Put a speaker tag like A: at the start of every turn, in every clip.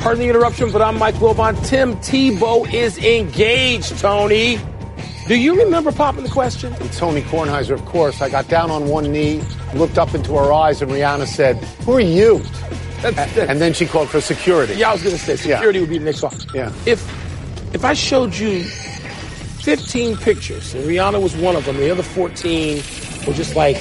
A: Pardon the interruption, but I'm Mike Wilbon. Tim Tebow is engaged, Tony. Do you remember popping the question?
B: And Tony Kornheiser, of course. I got down on one knee, looked up into her eyes, and Rihanna said, Who are you? And then she called for security.
A: Yeah, I was gonna say security would be the next song.
B: Yeah.
A: If if I showed you 15 pictures and Rihanna was one of them, the other 14 were just like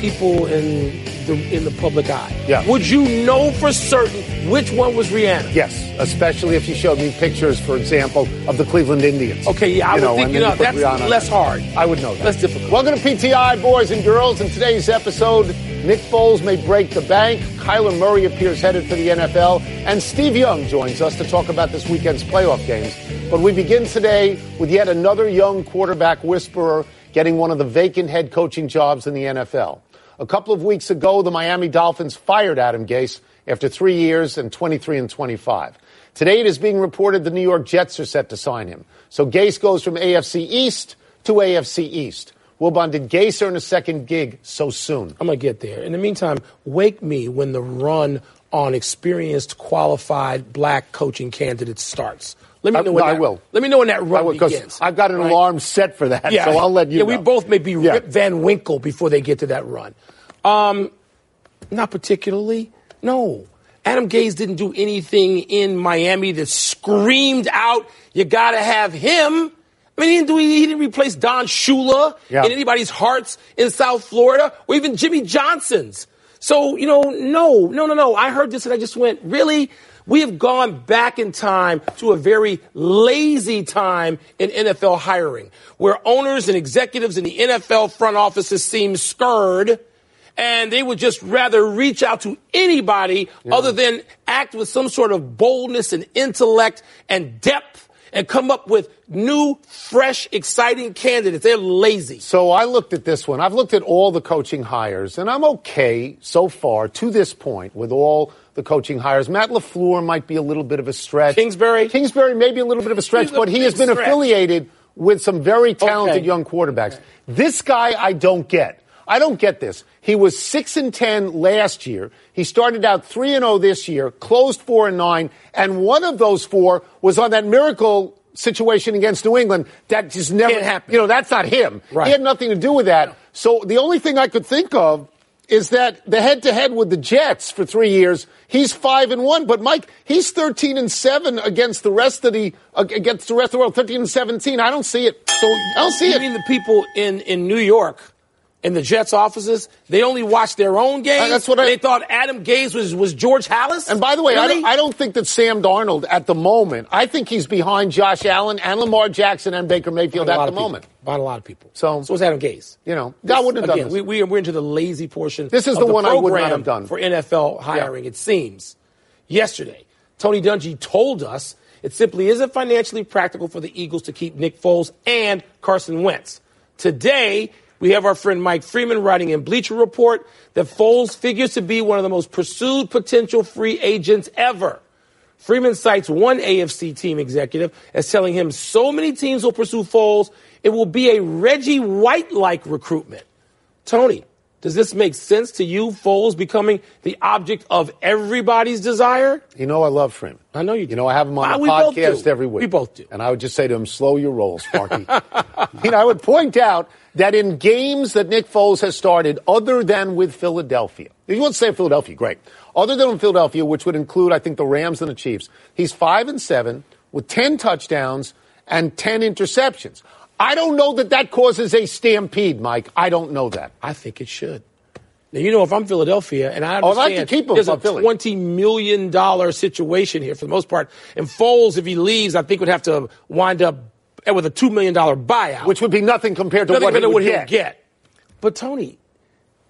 A: people in the in the public eye.
B: Yeah.
A: Would you know for certain which one was Rihanna?
B: Yes, especially if you showed me pictures, for example, of the Cleveland Indians.
A: Okay, yeah, I
B: You
A: would
B: know,
A: think
B: and
A: you
B: then
A: know.
B: put
A: That's
B: Rihanna.
A: less hard.
B: I would know that.
A: Less difficult.
B: Welcome to PTI, boys and girls. In today's episode, Nick Foles may break the bank, Kyler Murray appears headed for the NFL, and Steve Young joins us to talk about this weekend's playoff games. But we begin today with yet another young quarterback whisperer getting one of the vacant head coaching jobs in the NFL. A couple of weeks ago, the Miami Dolphins fired Adam Gase after three years and 23 and 25. Today, it is being reported the New York Jets are set to sign him. So Gase goes from AFC East to AFC East. Wilbon, did Gase earn a second gig so soon?
A: I'm gonna get there. In the meantime, wake me when the run on experienced, qualified black coaching candidates starts. Let me
B: I-
A: know when
B: Uh, no, I
A: that,
B: will.
A: Let me know when that run
B: Because
A: begins.
B: I've got an
A: right?
B: alarm set for that, so I'll let you
A: Yeah, we
B: know.
A: both may be
B: Yeah.
A: Rip Van Winkle before they get to that run. Um, not particularly. No. Adam Gaze didn't do anything in Miami that screamed out, you got to have him. I mean, he didn't, do, he didn't replace Don Shula
B: Yeah.
A: in anybody's hearts in South Florida or even Jimmy Johnson's. So, you know, no, no, no, no. I heard this and I just went, really? We have gone back in time to a very lazy time in NFL hiring where owners and executives in the NFL front offices seem scurred and they would just rather reach out to anybody other than act with some sort of boldness and intellect and depth and come up with new, fresh, exciting candidates. They're lazy.
B: So I looked at this one. I've looked at all the coaching hires, and I'm okay so far to this point with all the coaching hires. Matt LaFleur might be a little bit of a stretch.
A: Kingsbury?
B: Kingsbury may be a little bit of a stretch,
A: He's a
B: but he has
A: big
B: been
A: stretch.
B: affiliated with some very talented
A: Okay.
B: young quarterbacks. This guy I don't get. I don't get this. He was 6 and 10 last year. He started out 3 and 0 this year, closed 4 and 9, and one of those four was on that miracle situation against New England that just never
A: Can't happen.
B: You know, that's not him.
A: Right.
B: He had nothing to do with that. So the only thing I could think of is that the head to head with the Jets for three years, he's five and one. But Mike, he's thirteen and seven against the rest of the ag- against the rest of the world. Thirteen and seventeen. I don't see it. So I don't see
A: You
B: it.
A: mean the people in, in New York, in the Jets offices, they only watched their own games?
B: Uh, that's what I-
A: They thought Adam Gaze was, was George Hallis?
B: and by the way, I,
A: Really?
B: don't, I don't think that Sam Darnold at the moment. I think he's behind Josh Allen and Lamar Jackson and Baker Mayfield
A: Behind a
B: at
A: lot
B: the
A: of people.
B: moment.
A: Behind a lot of people.
B: So-
A: so was Adam Gaze.
B: You know, God wouldn't have done
A: Again,
B: this.
A: we, we are, we're into the lazy portion.
B: This is
A: of
B: the one I would not
A: program
B: have done.
A: for NFL hiring. It seems yesterday, Tony Dungy told us it simply isn't financially practical for the Eagles to keep Nick Foles and Carson Wentz. Today, we have our friend Mike Freeman writing in Bleacher Report that Foles figures to be one of the most pursued potential free agents ever. Freeman cites one AFC team executive as telling him so many teams will pursue Foles, it will be a Reggie White like recruitment. Tony, does this make sense to you, Foles becoming the object of everybody's desire?
B: You know I love Freeman.
A: I know you do.
B: You know I have him on
A: Ah,
B: the
A: we both
B: podcast
A: do.
B: every week.
A: We both do.
B: And I would just say to him, "Slow your roll, Sparky." you know, I would point out that in games that Nick Foles has started, other than with Philadelphia, if you want to say Philadelphia, great. Other than with Philadelphia, which would include, I think, the Rams and the Chiefs, he's five and seven with ten touchdowns and ten interceptions. I don't know that that causes a stampede, Mike. I don't know that.
A: I think it should. Now you know if I'm Philadelphia and I
B: Oh, I'd like
A: understand
B: to keep him
A: there's a
B: from Philly.
A: twenty million dollar situation here for the most part, and Foles if he leaves, I think would have to wind up with a two million dollar buyout,
B: Which would be nothing compared to
A: nothing
B: what, he
A: better
B: would
A: what
B: get.
A: he'll get. But Tony,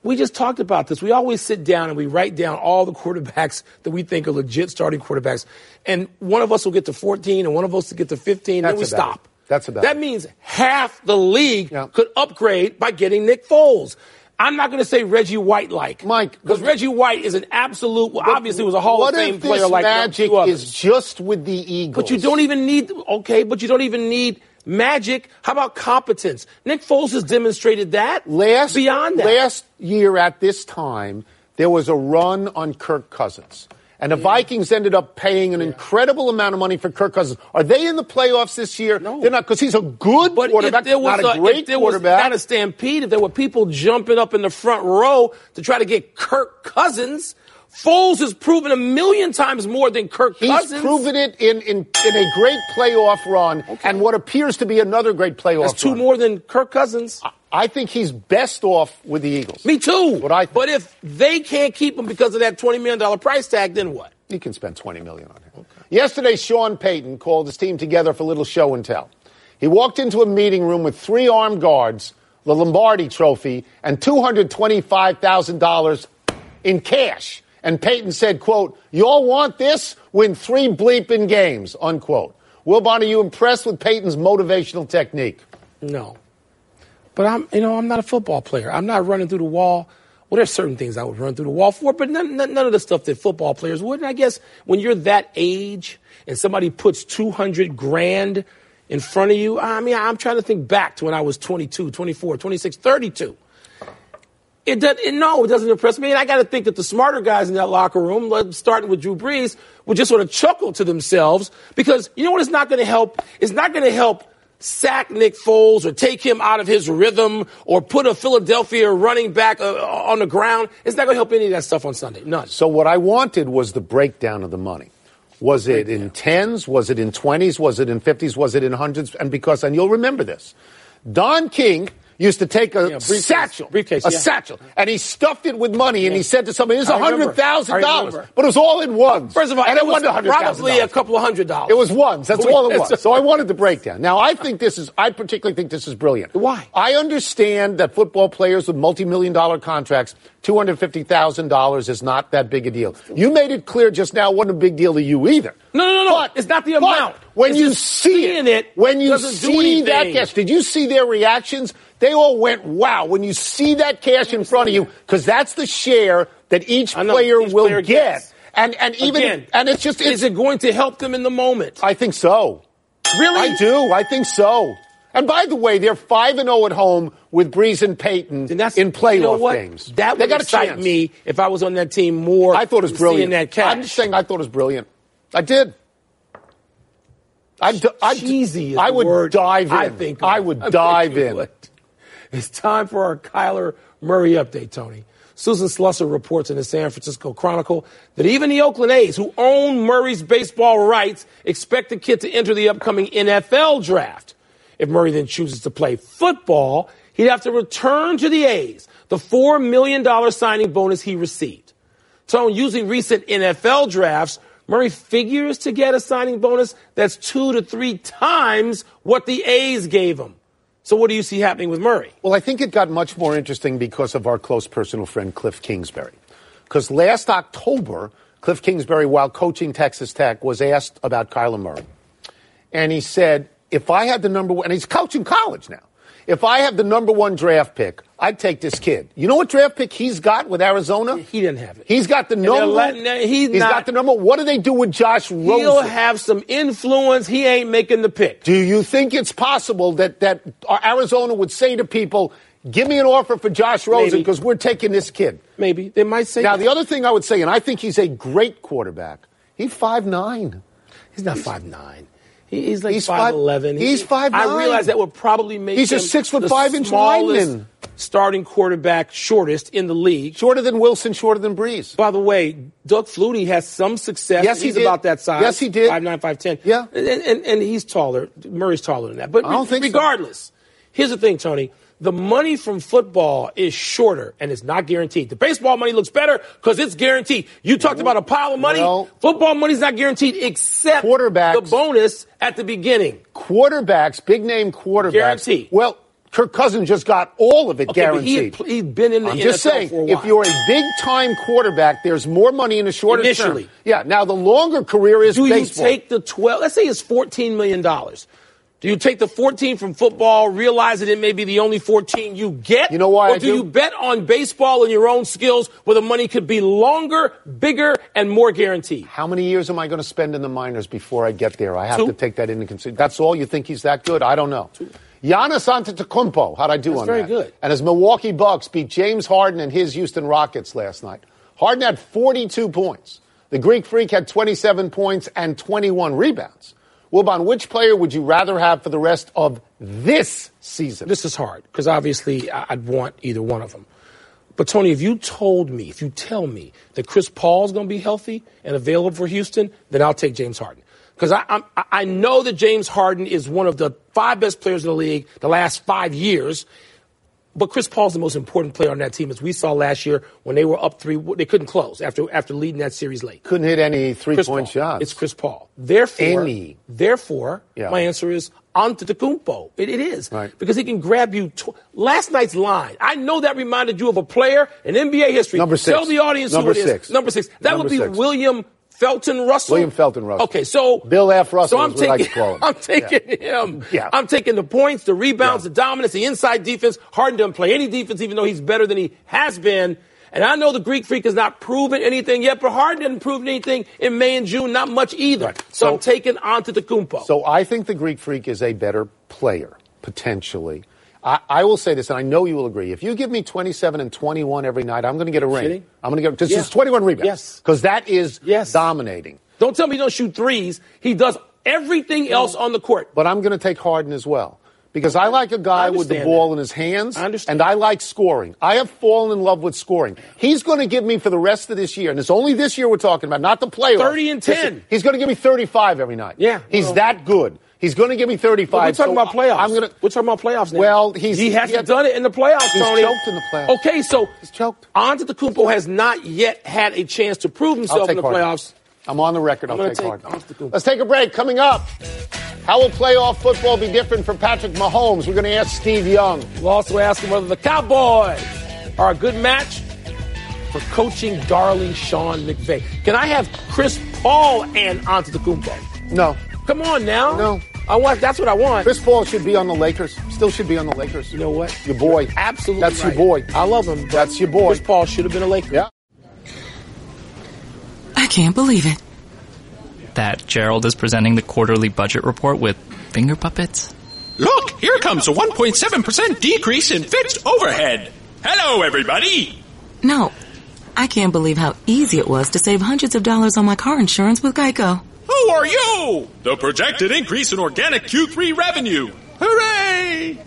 A: we just talked about this. We always sit down and we write down all the quarterbacks that we think are legit starting quarterbacks, and one of us will get to fourteen, and one of us will get to fifteen, and then we
B: That's about
A: stop.
B: it. That's about
A: that
B: it.
A: means half the league
B: Yeah.
A: could upgrade by getting Nick Foles. I'm not going to say Reggie White like
B: Mike,
A: because Reggie White is an absolute. Well, obviously, was a Hall
B: what
A: of Fame
B: if this
A: player like the
B: magic
A: two others.
B: is just with the Eagles?
A: But you don't even need okay, but you don't even need magic. How about competence? Nick Foles has demonstrated that.
B: last
A: beyond that.
B: last year at this time there was a run on Kirk Cousins, And the Vikings ended up paying an incredible amount of money for Kirk Cousins. Are they in the playoffs this year?
A: No.
B: They're not because he's a good
A: But
B: quarterback,
A: if there was
B: not a,
A: if
B: great
A: there was
B: quarterback.
A: not a stampede, if there were people jumping up in the front row to try to get Kirk Cousins, Foles has proven a million times more than Kirk
B: He's
A: Cousins.
B: proven it in, in, in a great playoff run and what appears to be another great playoff
A: That's two
B: run.
A: more than Kirk Cousins.
B: I think he's best off with the Eagles.
A: Me too.
B: What I think.
A: But if they can't keep him because of that twenty million dollar price tag, then what?
B: You can spend 20 million on him. Yesterday, Sean Payton called his team together for a little show and tell. He walked into a meeting room with three armed guards, the Lombardi trophy, and $225,000 in cash. And Payton said, quote, y'all want this? Win three bleeping games, unquote. Wilbon, are you impressed with Payton's motivational technique?
A: No. But I'm, you know, I'm not a football player. I'm not running through the wall. Well, there's certain things I would run through the wall for, but none, none, none of the stuff that football players would. And I guess when you're that age and somebody puts 200 grand in front of you, I mean, I'm trying to think back to when I was 22, 24, 26, 32. It doesn't. It, no, it doesn't impress me. And I got to think that the smarter guys in that locker room, like, starting with Drew Brees, would just sort of chuckle to themselves because you know what? It's not going to help. It's not going to help sack Nick Foles or take him out of his rhythm or put a Philadelphia running back uh, on the ground. It's not going to help any of that stuff on Sunday. None.
B: So what I wanted was the breakdown of the money. Was it in tens? Was it in twenties? Was it in fifties? Was it in hundreds? And because, and you'll remember this, Don King used to take a
A: briefcase.
B: satchel,
A: Briefcase,
B: a
A: yeah.
B: satchel, and he stuffed it with money, and he said to somebody, "This is
A: I
B: a
A: remember.
B: hundred thousand dollars,"
A: I remember.
B: but it was all in ones.
A: First of all,
B: and
A: it was
B: wasn't $100,000.
A: probably a couple of hundred dollars.
B: It was ones. That's
A: We-
B: all it was.
A: it's-
B: So I wanted the breakdown. Now I think this is. I particularly think this is brilliant.
A: Why?
B: I understand that football players with multi-million dollar contracts, two hundred fifty thousand dollars is not that big a deal. You made it clear just now. it wasn't a big deal to you either.
A: No, no, no, no.
B: But-
A: It's not the
B: but
A: amount.
B: When
A: It's
B: you
A: just
B: see
A: seeing it
B: when you
A: doesn't do
B: see that
A: anything.
B: cash, did you see their reactions? They all went wow when you see that cash in front of you because that's the share that each
A: I know,
B: player
A: each
B: will
A: player
B: get.
A: gets.
B: And and even
A: Again,
B: and it's just it's
A: Is it going to help them in the moment?
B: I think so.
A: Really?
B: I do. I think so. And by the way, they're five and zero at home with Breeze and Peyton
A: And that's
B: in playoff
A: you know what?
B: games.
A: That would
B: they got a
A: excite
B: chance.
A: me if I was on that team more.
B: I thought it was
A: seeing
B: brilliant.
A: That cash.
B: I'm just saying, I thought it was brilliant. I did. I d- I d-
A: cheesy. Is
B: I
A: the
B: would
A: word
B: dive in.
A: I think
B: I would
A: bet
B: dive
A: you
B: in.
A: would. It's time for our Kyler Murray update, Tony. Susan Slusser reports in the San Francisco Chronicle that even the Oakland A's, who own Murray's baseball rights, expect the kid to enter the upcoming NFL draft. If Murray then chooses to play football, he'd have to return to the A's the $4 million signing bonus he received. Tone, using recent NFL drafts, Murray figures to get a signing bonus that's two to three times what the A's gave him. So what do you see happening with Murray?
B: Well, I think it got much more interesting because of our close personal friend Cliff Kingsbury. Because last October, Cliff Kingsbury, while coaching Texas Tech, was asked about Kyler Murray. And he said, if I had the number one, and he's coaching college now, if I have the number one draft pick, I'd take this kid. You know what draft pick he's got with Arizona?
A: He didn't have it.
B: He's got the
A: they're
B: number.
A: letting- he's
B: he's
A: not-
B: got the number. What do they do with Josh Rosen?
A: He'll have some influence. He ain't making the pick.
B: Do you think it's possible that that Arizona would say to people, "Give me an offer for Josh Rosen
A: Maybe.
B: because we're taking this kid"?
A: Maybe they might say
B: Now, the other thing I would say, and I think he's a great quarterback. He's five nine.
A: he's not five nine. He's like
B: He's five-
A: five eleven.
B: he's 5'9".
A: I realize that would probably make
B: He's a
A: him
B: six foot
A: the
B: five inch
A: smallest
B: lineman.
A: starting quarterback, shortest in the league.
B: Shorter than Wilson, shorter than Breeze.
A: By the way, Doug Flutie has some success.
B: Yes, he
A: he's
B: did.
A: about that size.
B: Yes, he did.
A: Five nine, five ten.
B: Yeah.
A: and, and and he's taller. Murray's taller than that. But
B: I don't think so.
A: regardless, here's the thing, Tony. The money from football is shorter and it's not guaranteed. The baseball money looks better because it's guaranteed. You talked about a pile of money.
B: Well-
A: football money's not guaranteed except
B: Quarterbacks-
A: the bonus at the beginning.
B: Quarterbacks, big name quarterbacks.
A: Guarantee.
B: Well, Kirk Cousins just got all of it
A: Okay, but he
B: guaranteed.
A: had, pl- he'd been in the
B: I'm
A: NFL
B: just saying,
A: for a while.
B: if you're a big time quarterback, there's more money in the shorter
A: Initially.
B: term. Yeah. Now the longer career is
A: do you
B: baseball.
A: take the 12 let's say it's 14 million dollars do you take the 14 from football realize that it may be the only 14 you get
B: You know why
A: or
B: I
A: do,
B: do?
A: you bet on baseball and your own skills where the money could be longer bigger and more guaranteed
B: How many years am I going to spend in the minors before I get there? I have
A: Two.
B: to take that into consideration. That's all you think he's that good? I don't know. Giannis Antetokounmpo, how'd I do on
A: very
B: that?
A: good.
B: And his Milwaukee Bucks beat James Harden and his Houston Rockets last night. Harden had 42 points. The Greek Freak had 27 points and 21 rebounds. Wilbon, which player would you rather have for the rest of this season?
A: This is hard because obviously I- I'd want either one of them. But Tony, if you told me, if you tell me that Chris Paul's going to be healthy and available for Houston, then I'll take James Harden because I, I'm- I I know that James Harden is one of the five best players in the league the last five years. But Chris Paul's the most important player on that team, as we saw last year when they were up three. They couldn't close after after leading that series late.
B: Couldn't hit any three
A: Chris
B: point
A: Paul.
B: shots.
A: It's Chris Paul. Therefore,
B: Any.
A: therefore,
B: Yeah.
A: my answer is Antetokounmpo. It, it is
B: Right.
A: because he can grab you. Tw- Last night's line. I know that reminded you of a player in NBA history.
B: Number six.
A: Tell the audience
B: Number
A: who it is.
B: six.
A: Number six. That
B: Number
A: would be
B: six.
A: William. Felton Russell.
B: William Felton Russell.
A: Okay, so
B: Bill F. Russell
A: So I'm
B: is what
A: taking,
B: I call him.
A: I'm taking him.
B: Yeah.
A: I'm taking the points, the rebounds,
B: Yeah.
A: the dominance, the inside defense. Harden doesn't play any defense, even though he's better than he has been. And I know the Greek Freak has not proven anything yet, but Harden didn't prove anything in May and June, not much either. So,
B: So-
A: I'm taking Antetokounmpo.
B: So I think the Greek Freak is a better player, potentially. I, I will say this, and I know you will agree. If you give me 27 and 21 every night, I'm going to get a ring.
A: Kidding?
B: I'm going to get because
A: Yeah.
B: it's 21 rebounds.
A: Yes.
B: because that is
A: Yes.
B: dominating.
A: don't tell me he don't shoot threes. He does everything else on the court.
B: But I'm going to take Harden as well because I like a guy
A: I
B: with the
A: understand
B: ball
A: that.
B: in his hands,
A: I understand.
B: and I like scoring. I have fallen in love with scoring. He's going to give me for the rest of this year, and it's only this year we're talking about, not the playoffs.
A: 30 and
B: This-
A: 10.
B: He's going to give me 35 every night.
A: Yeah,
B: he's
A: well-
B: that good. He's going to give me 35.
A: But we're talking
B: so
A: about playoffs.
B: I'm going to.
A: We're talking about playoffs now.
B: Well, he's-
A: he hasn't
B: he had-
A: done it in the playoffs.
B: He's
A: Tony.
B: choked in the playoffs.
A: Okay, so
B: He's choked.
A: Antetokounmpo has not yet had a chance to prove
B: I'll
A: himself in
B: take
A: the
B: Harden.
A: playoffs.
B: I'm on the record. I'll
A: gonna
B: take,
A: take
B: Harden.
A: Antetokounmpo.
B: Let's take a break. Coming up, how will playoff football be different for Patrick Mahomes? We're going to ask Steve Young.
A: We'll also ask him whether the Cowboys are a good match for coaching darling Sean McVay. Can I have Chris Paul and Antetokounmpo?
B: No,
A: Come on now.
B: No.
A: I want. That's what I want.
B: Chris Paul should be on the Lakers. Still should be on the Lakers.
A: you know what?
B: Your boy.
A: You're Absolutely.
B: That's your
A: right.
B: boy.
A: I love him. but
B: That's your boy.
A: Chris Paul should have been a Laker.
B: Yeah.
C: I can't believe it.
D: that Gerald is presenting the quarterly budget report with finger puppets?
E: Look, here comes a 1.7% decrease in fixed overhead. Hello, everybody.
C: No, I can't believe how easy it was to save hundreds of dollars on my car insurance with Geico.
E: Who are you? The projected increase in organic Q3 revenue. Hooray!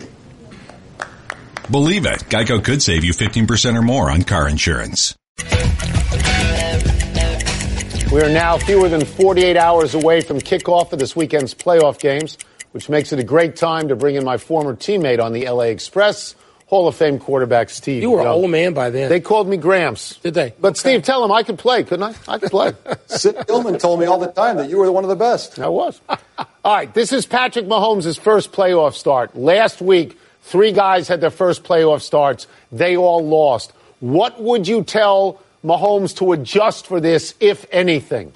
F: Believe it, Geico could save you 15% or more on car insurance.
B: We are now fewer than 48 hours away from kickoff of this weekend's playoff games, which makes it a great time to bring in my former teammate on the LA Express, Hall of Fame quarterback Steve.
A: You were an
B: Young.
A: old man by then.
B: They called me Gramps.
A: Did they?
B: But
A: Okay.
B: Steve, tell him I could play, couldn't I? I could play.
G: Sid Gilman told me all the time that you were one of the best.
B: I was. All right, this is Patrick Mahomes' first playoff start. Last week, three guys had their first playoff starts. They all lost. What would you tell Mahomes to adjust for this, if anything?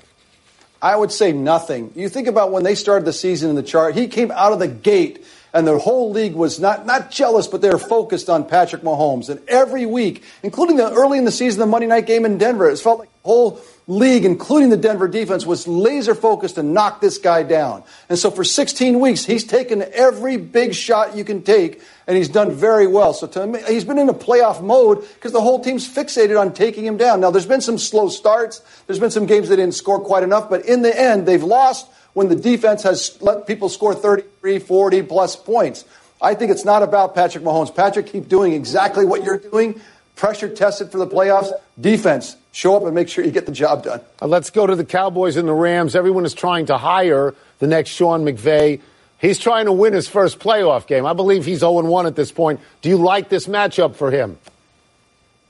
G: I would say nothing. You think about when they started the season in the chart, he came out of the gate and the whole league was not not jealous, but they were focused on Patrick Mahomes. And every week, including the early in the season, the Monday night game in Denver, it felt like the whole league, including the Denver defense, was laser focused to knock this guy down. And so for 16 weeks, he's taken every big shot you can take, and he's done very well. So to me, he's been in a playoff mode because the whole team's fixated on taking him down. Now, there's been some slow starts. There's been some games they didn't score quite enough, but in the end, they've lost when the defense has let people score 33, 40 plus points. I think it's not about Patrick Mahomes. Patrick, keep doing exactly what you're doing. Pressure tested for the playoffs. Defense, show up and make sure you get the job done.
B: Uh, Let's go to the Cowboys and the Rams. Everyone is trying to hire the next Sean McVay. He's trying to win his first playoff game. I believe he's 0 1 at this point. Do you like this matchup for him?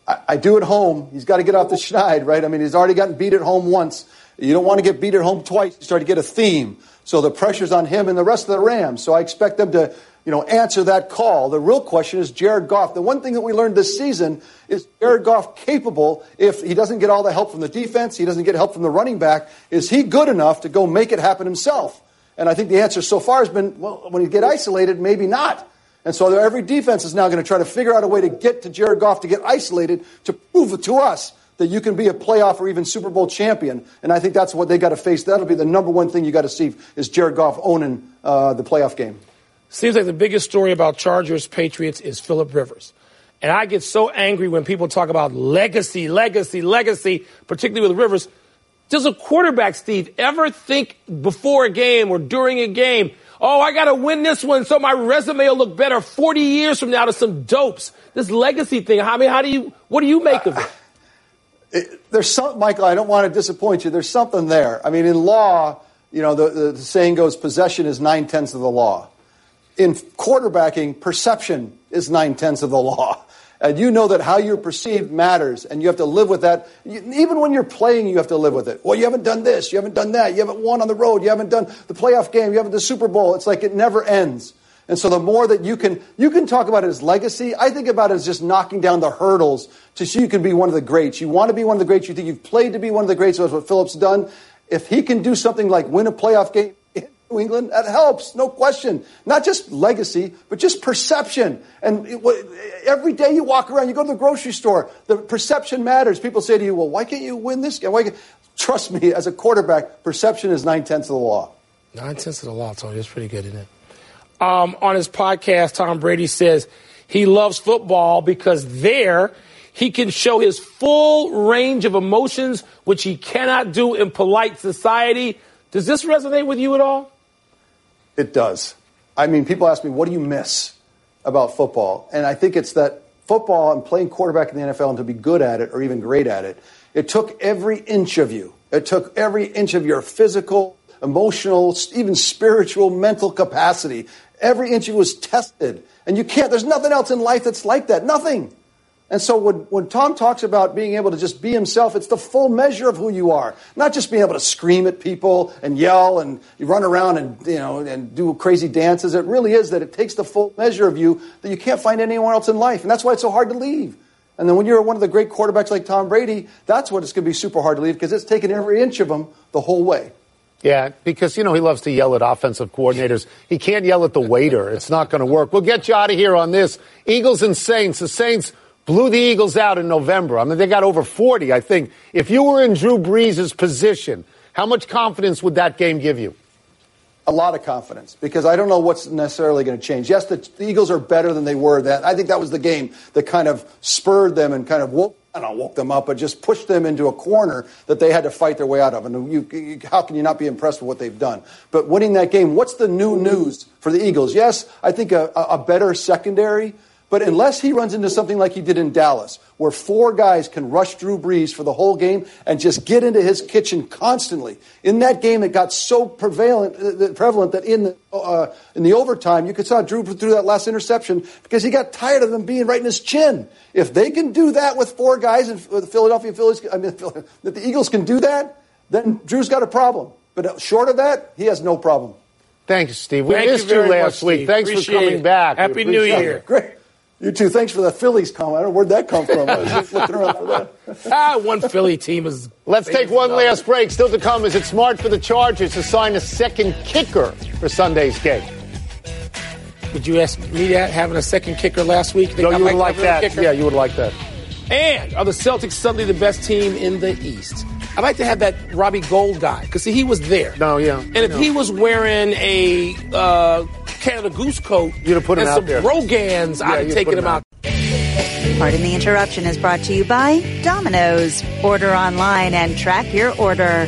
G: I, I do at home. He's got to get off the schneid, right? I mean, he's already gotten beat at home once. You don't want to get beat at home twice. You start to get a theme. So the pressure's on him and the rest of the Rams. So I expect them to, you know, answer that call. The real question is Jared Goff. The one thing that we learned this season is Jared Goff capable if he doesn't get all the help from the defense, he doesn't get help from the running back, is he good enough to go make it happen himself? And I think the answer so far has been, well, when you get isolated, maybe not. And so every defense is now going to try to figure out a way to get to Jared Goff to get isolated to prove to us that you can be a playoff or even Super Bowl champion. And I think that's what they got to face. That'll be the number one thing you got to see is Jared Goff owning uh, the playoff game.
A: Seems like the biggest story about Chargers Patriots is Philip Rivers. And I get so angry when people talk about legacy, legacy, legacy, particularly with Rivers. Does a quarterback, Steve, ever think before a game or during a game, oh, I got to win this one so my resume will look better 40 years from now to some dopes? This legacy thing, I mean, how do you, what do you make of it?
G: It- there's some, Michael, I don't want to disappoint you. There's something there. I mean, in law, you know, the, the, the saying goes possession is nine tenths of the law. In quarterbacking, perception is nine tenths of the law. And you know that how you're perceived matters, and you have to live with that. You, even when you're playing, you have to live with it. Well, you haven't done this, you haven't done that, you haven't won on the road, you haven't done the playoff game, you haven't the Super Bowl. It's like it never ends. And so the more that you can, you can talk about it as legacy. I think about it as just knocking down the hurdles to see you can be one of the greats. You want to be one of the greats. You think you've played to be one of the greats. That's what Phillips done. If he can do something like win a playoff game in New England, that helps, no question. Not just legacy, but just perception. And it, what- every day you walk around, you go to the grocery store, the perception matters. People say to you, well, why can't you win this game? Why can't-" Trust me, as a quarterback, perception is nine tenths of the law.
A: Nine tenths of the law, Tony. That's pretty good, isn't it? Um, on his podcast, Tom Brady says he loves football because there he can show his full range of emotions, which he cannot do in polite society. Does this resonate with you at all?
G: It does. I mean, people ask me, what do you miss about football? And I think it's that football and playing quarterback in the NFL and to be good at it or even great at it, it took every inch of you. It took every inch of your physical, emotional, s- even spiritual, mental capacity. Every inch of you was tested. And you can't, there's nothing else in life that's like that. Nothing. And so when, when Tom talks about being able to just be himself, it's the full measure of who you are. Not just being able to scream at people and yell and run around and, you know, and do crazy dances. It really is that it takes the full measure of you that you can't find anywhere else in life. And that's why it's so hard to leave. And then when you're one of the great quarterbacks like Tom Brady, that's when it's going to be super hard to leave because it's taken every inch of him the whole way.
B: Yeah, because you know he loves to yell at offensive coordinators. He can't yell at the waiter. It's not going to work. We'll get you out of here on this. Eagles and Saints. The Saints blew the Eagles out in November. I mean, they got over 40, I think. If you were in Drew Brees' position, how much confidence would that game give you?
G: a lot of confidence because I don't know what's necessarily going to change. Yes, the, the Eagles are better than they were. That I think that was the game that kind of spurred them and kind of woke. I don't know, woke them up, but just pushed them into a corner that they had to fight their way out of. And you, you, how can you not be impressed with what they've done? But winning that game, what's the new news for the Eagles? Yes, I think a, a a better secondary, but unless he runs into something like he did in Dallas, where four guys can rush Drew Brees for the whole game and just get into his kitchen constantly, in that game it got so prevalent, uh, prevalent that in the, uh, in the overtime you could saw Drew threw that last interception because he got tired of them being right in his chin. If they can do that with four guys and the Philadelphia Phillies, I mean, that the Eagles can do that, then Drew's got a problem. But short of that, he has no problem.
B: Thank you, Steve. We
A: Thank you
B: missed
A: very
B: last
A: much,
B: week.
A: Steve.
B: Thanks
A: Appreciate
B: for coming
A: it.
B: back. We
A: Happy New
B: appreciate
A: Year.
B: it.
G: Great. You too. Thanks for the Phillies comment. I don't know where'd that come from. I was just looking around for that.
A: Ah, one Philly team is.
B: Let's take one last break. Still to come, is it smart for the Chargers to sign a second kicker for Sunday's game?
A: Would you ask me that having a second kicker last week? Think
B: No,
A: I
B: you would
A: might
B: like
A: have another
B: that.
A: kicker?
B: Yeah, you would like that.
A: And are the Celtics suddenly the best team in the East? I'd like to have that Robbie Gold guy because see, he was there.
B: No, yeah,
A: And if
B: no.
A: he was wearing a uh, Canada Goose coat,
B: You'd have put him
A: and
B: out
A: some
B: there.
A: Rogans,
B: Yeah,
A: I'd
B: you'd
A: have taken
B: put
A: him
B: him
A: out.
B: out.
H: Pardon the interruption is brought to you by Domino's. Order online and track your order.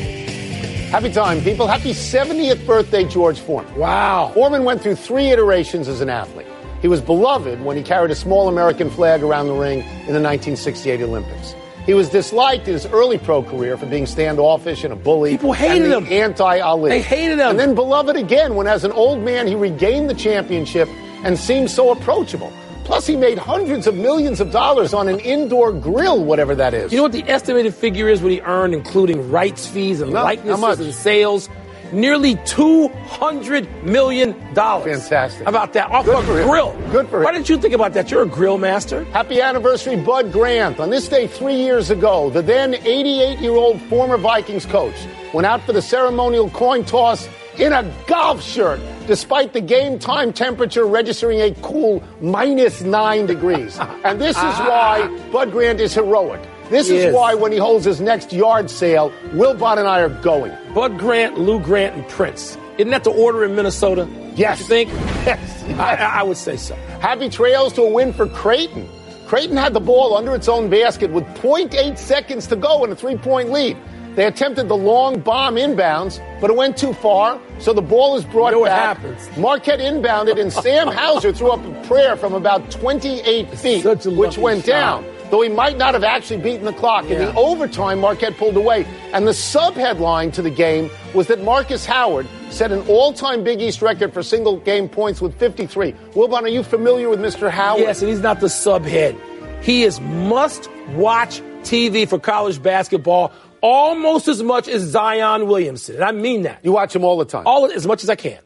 B: Happy time, people. Happy 70th birthday, George Foreman.
A: Wow.
B: Foreman went through three iterations as an athlete. He was beloved when he carried a small American flag around the ring in the 1968 Olympics. He was disliked in his early pro career for being standoffish and a bully.
A: People hated
B: and the
A: him.
B: Anti Ali.
A: They hated him.
B: And then beloved again when, as an old man, he regained the championship and seemed so approachable. Plus, he made hundreds of millions of dollars on an indoor grill, whatever that is.
A: You know what the estimated figure is what he earned, including rights fees and
B: No, how much?
A: likenesses and sales? Nearly two hundred million dollars.
B: Fantastic.
A: How about that? Off
B: Good
A: a
B: for him.
A: grill.
B: Good for
A: Why
B: him.
A: didn't you think about that? You're a grill master.
B: Happy anniversary, Bud Grant. On this day three years ago, the then 88 year old former Vikings coach went out for the ceremonial coin toss in a golf shirt, despite the game time temperature registering a cool minus nine degrees. And this is why Bud Grant is heroic. This is
A: Yes.
B: why when he holds his next yard sale, Wilbon and I are going.
A: Bud Grant, Lou Grant, and Prince. Isn't that the order in Minnesota?
B: Yes.
A: You think?
B: Yes.
A: I, I- I would say so.
B: Happy trails to a win for Creighton. Creighton had the ball under its own basket with 0.8 seconds to go in a three point lead. They attempted the long bomb inbounds, but it went too far, so the ball is brought
A: You know what
B: back.
A: happens.
B: Marquette inbounded, and Sam Hauser threw up a prayer from about 28 feet,
A: such a
B: which
A: lucky
B: went
A: shot.
B: down though he might not have actually beaten the clock. In the
A: Yeah.
B: overtime, Marquette pulled away. And the sub headline to the game was that Marcus Howard set an all time Big East record for single game points with 53. Wilbon, are you familiar with Mr. Howard?
A: Yes, and he's not the sub head. He is must watch TV for college basketball almost as much as Zion Williamson. And I mean that.
B: You watch him all the time.
A: All as much as I can.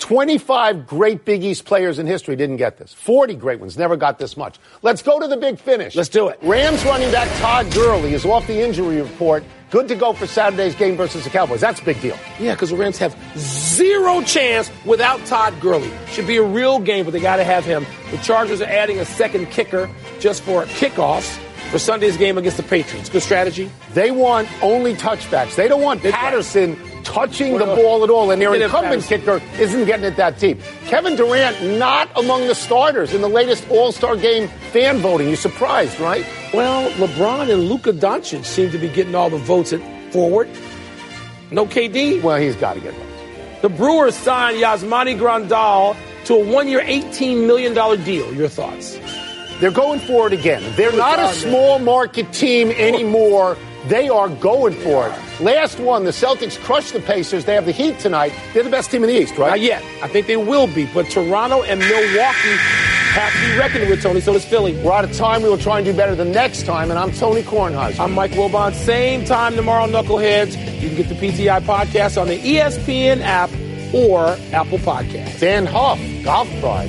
B: 25 great Big East players in history didn't get this. 40 great ones never got this much. Let's go to the big finish.
A: Let's do it.
B: Rams running back Todd Gurley is off the injury report. Good to go for Saturday's game versus the Cowboys. That's a big deal.
A: Yeah, because the Rams have zero chance without Todd Gurley. Should be a real game, but they got to have him. The Chargers are adding a second kicker just for kickoffs for Sunday's game against the Patriots. Good strategy.
B: They want only touchbacks. They don't want
A: They-
B: Patterson touching the
A: Well,
B: ball at all, and their
A: they did
B: incumbent
A: Patterson.
B: kicker isn't getting it that deep. Kevin Durant not among the starters in the latest All Star Game fan voting. You surprised, right?
A: Well, LeBron and Luka Doncic seem to be getting all the votes at forward. No KD.
B: Well, he's got to get votes.
A: The Brewers signed Yasmani Grandal to a one-year, $18 million deal. Your thoughts?
B: They're going for it again. They're not a
A: God, man.
B: small market team anymore. They are going for it. Last one, the Celtics crushed the Pacers. They have the Heat tonight. They're the best team in the East, right?
A: Not yet. I think they will be, but Toronto and Milwaukee have to be reckoned with, Tony. So does Philly.
B: We're out of time. We will try and do better the next time. And I'm Tony Kornheiser.
A: I'm Mike Wilbon. Same time tomorrow, Knuckleheads. You can get the PTI E podcast on the ESPN app or Apple Podcast.
B: Dan Huff, Golf Pride.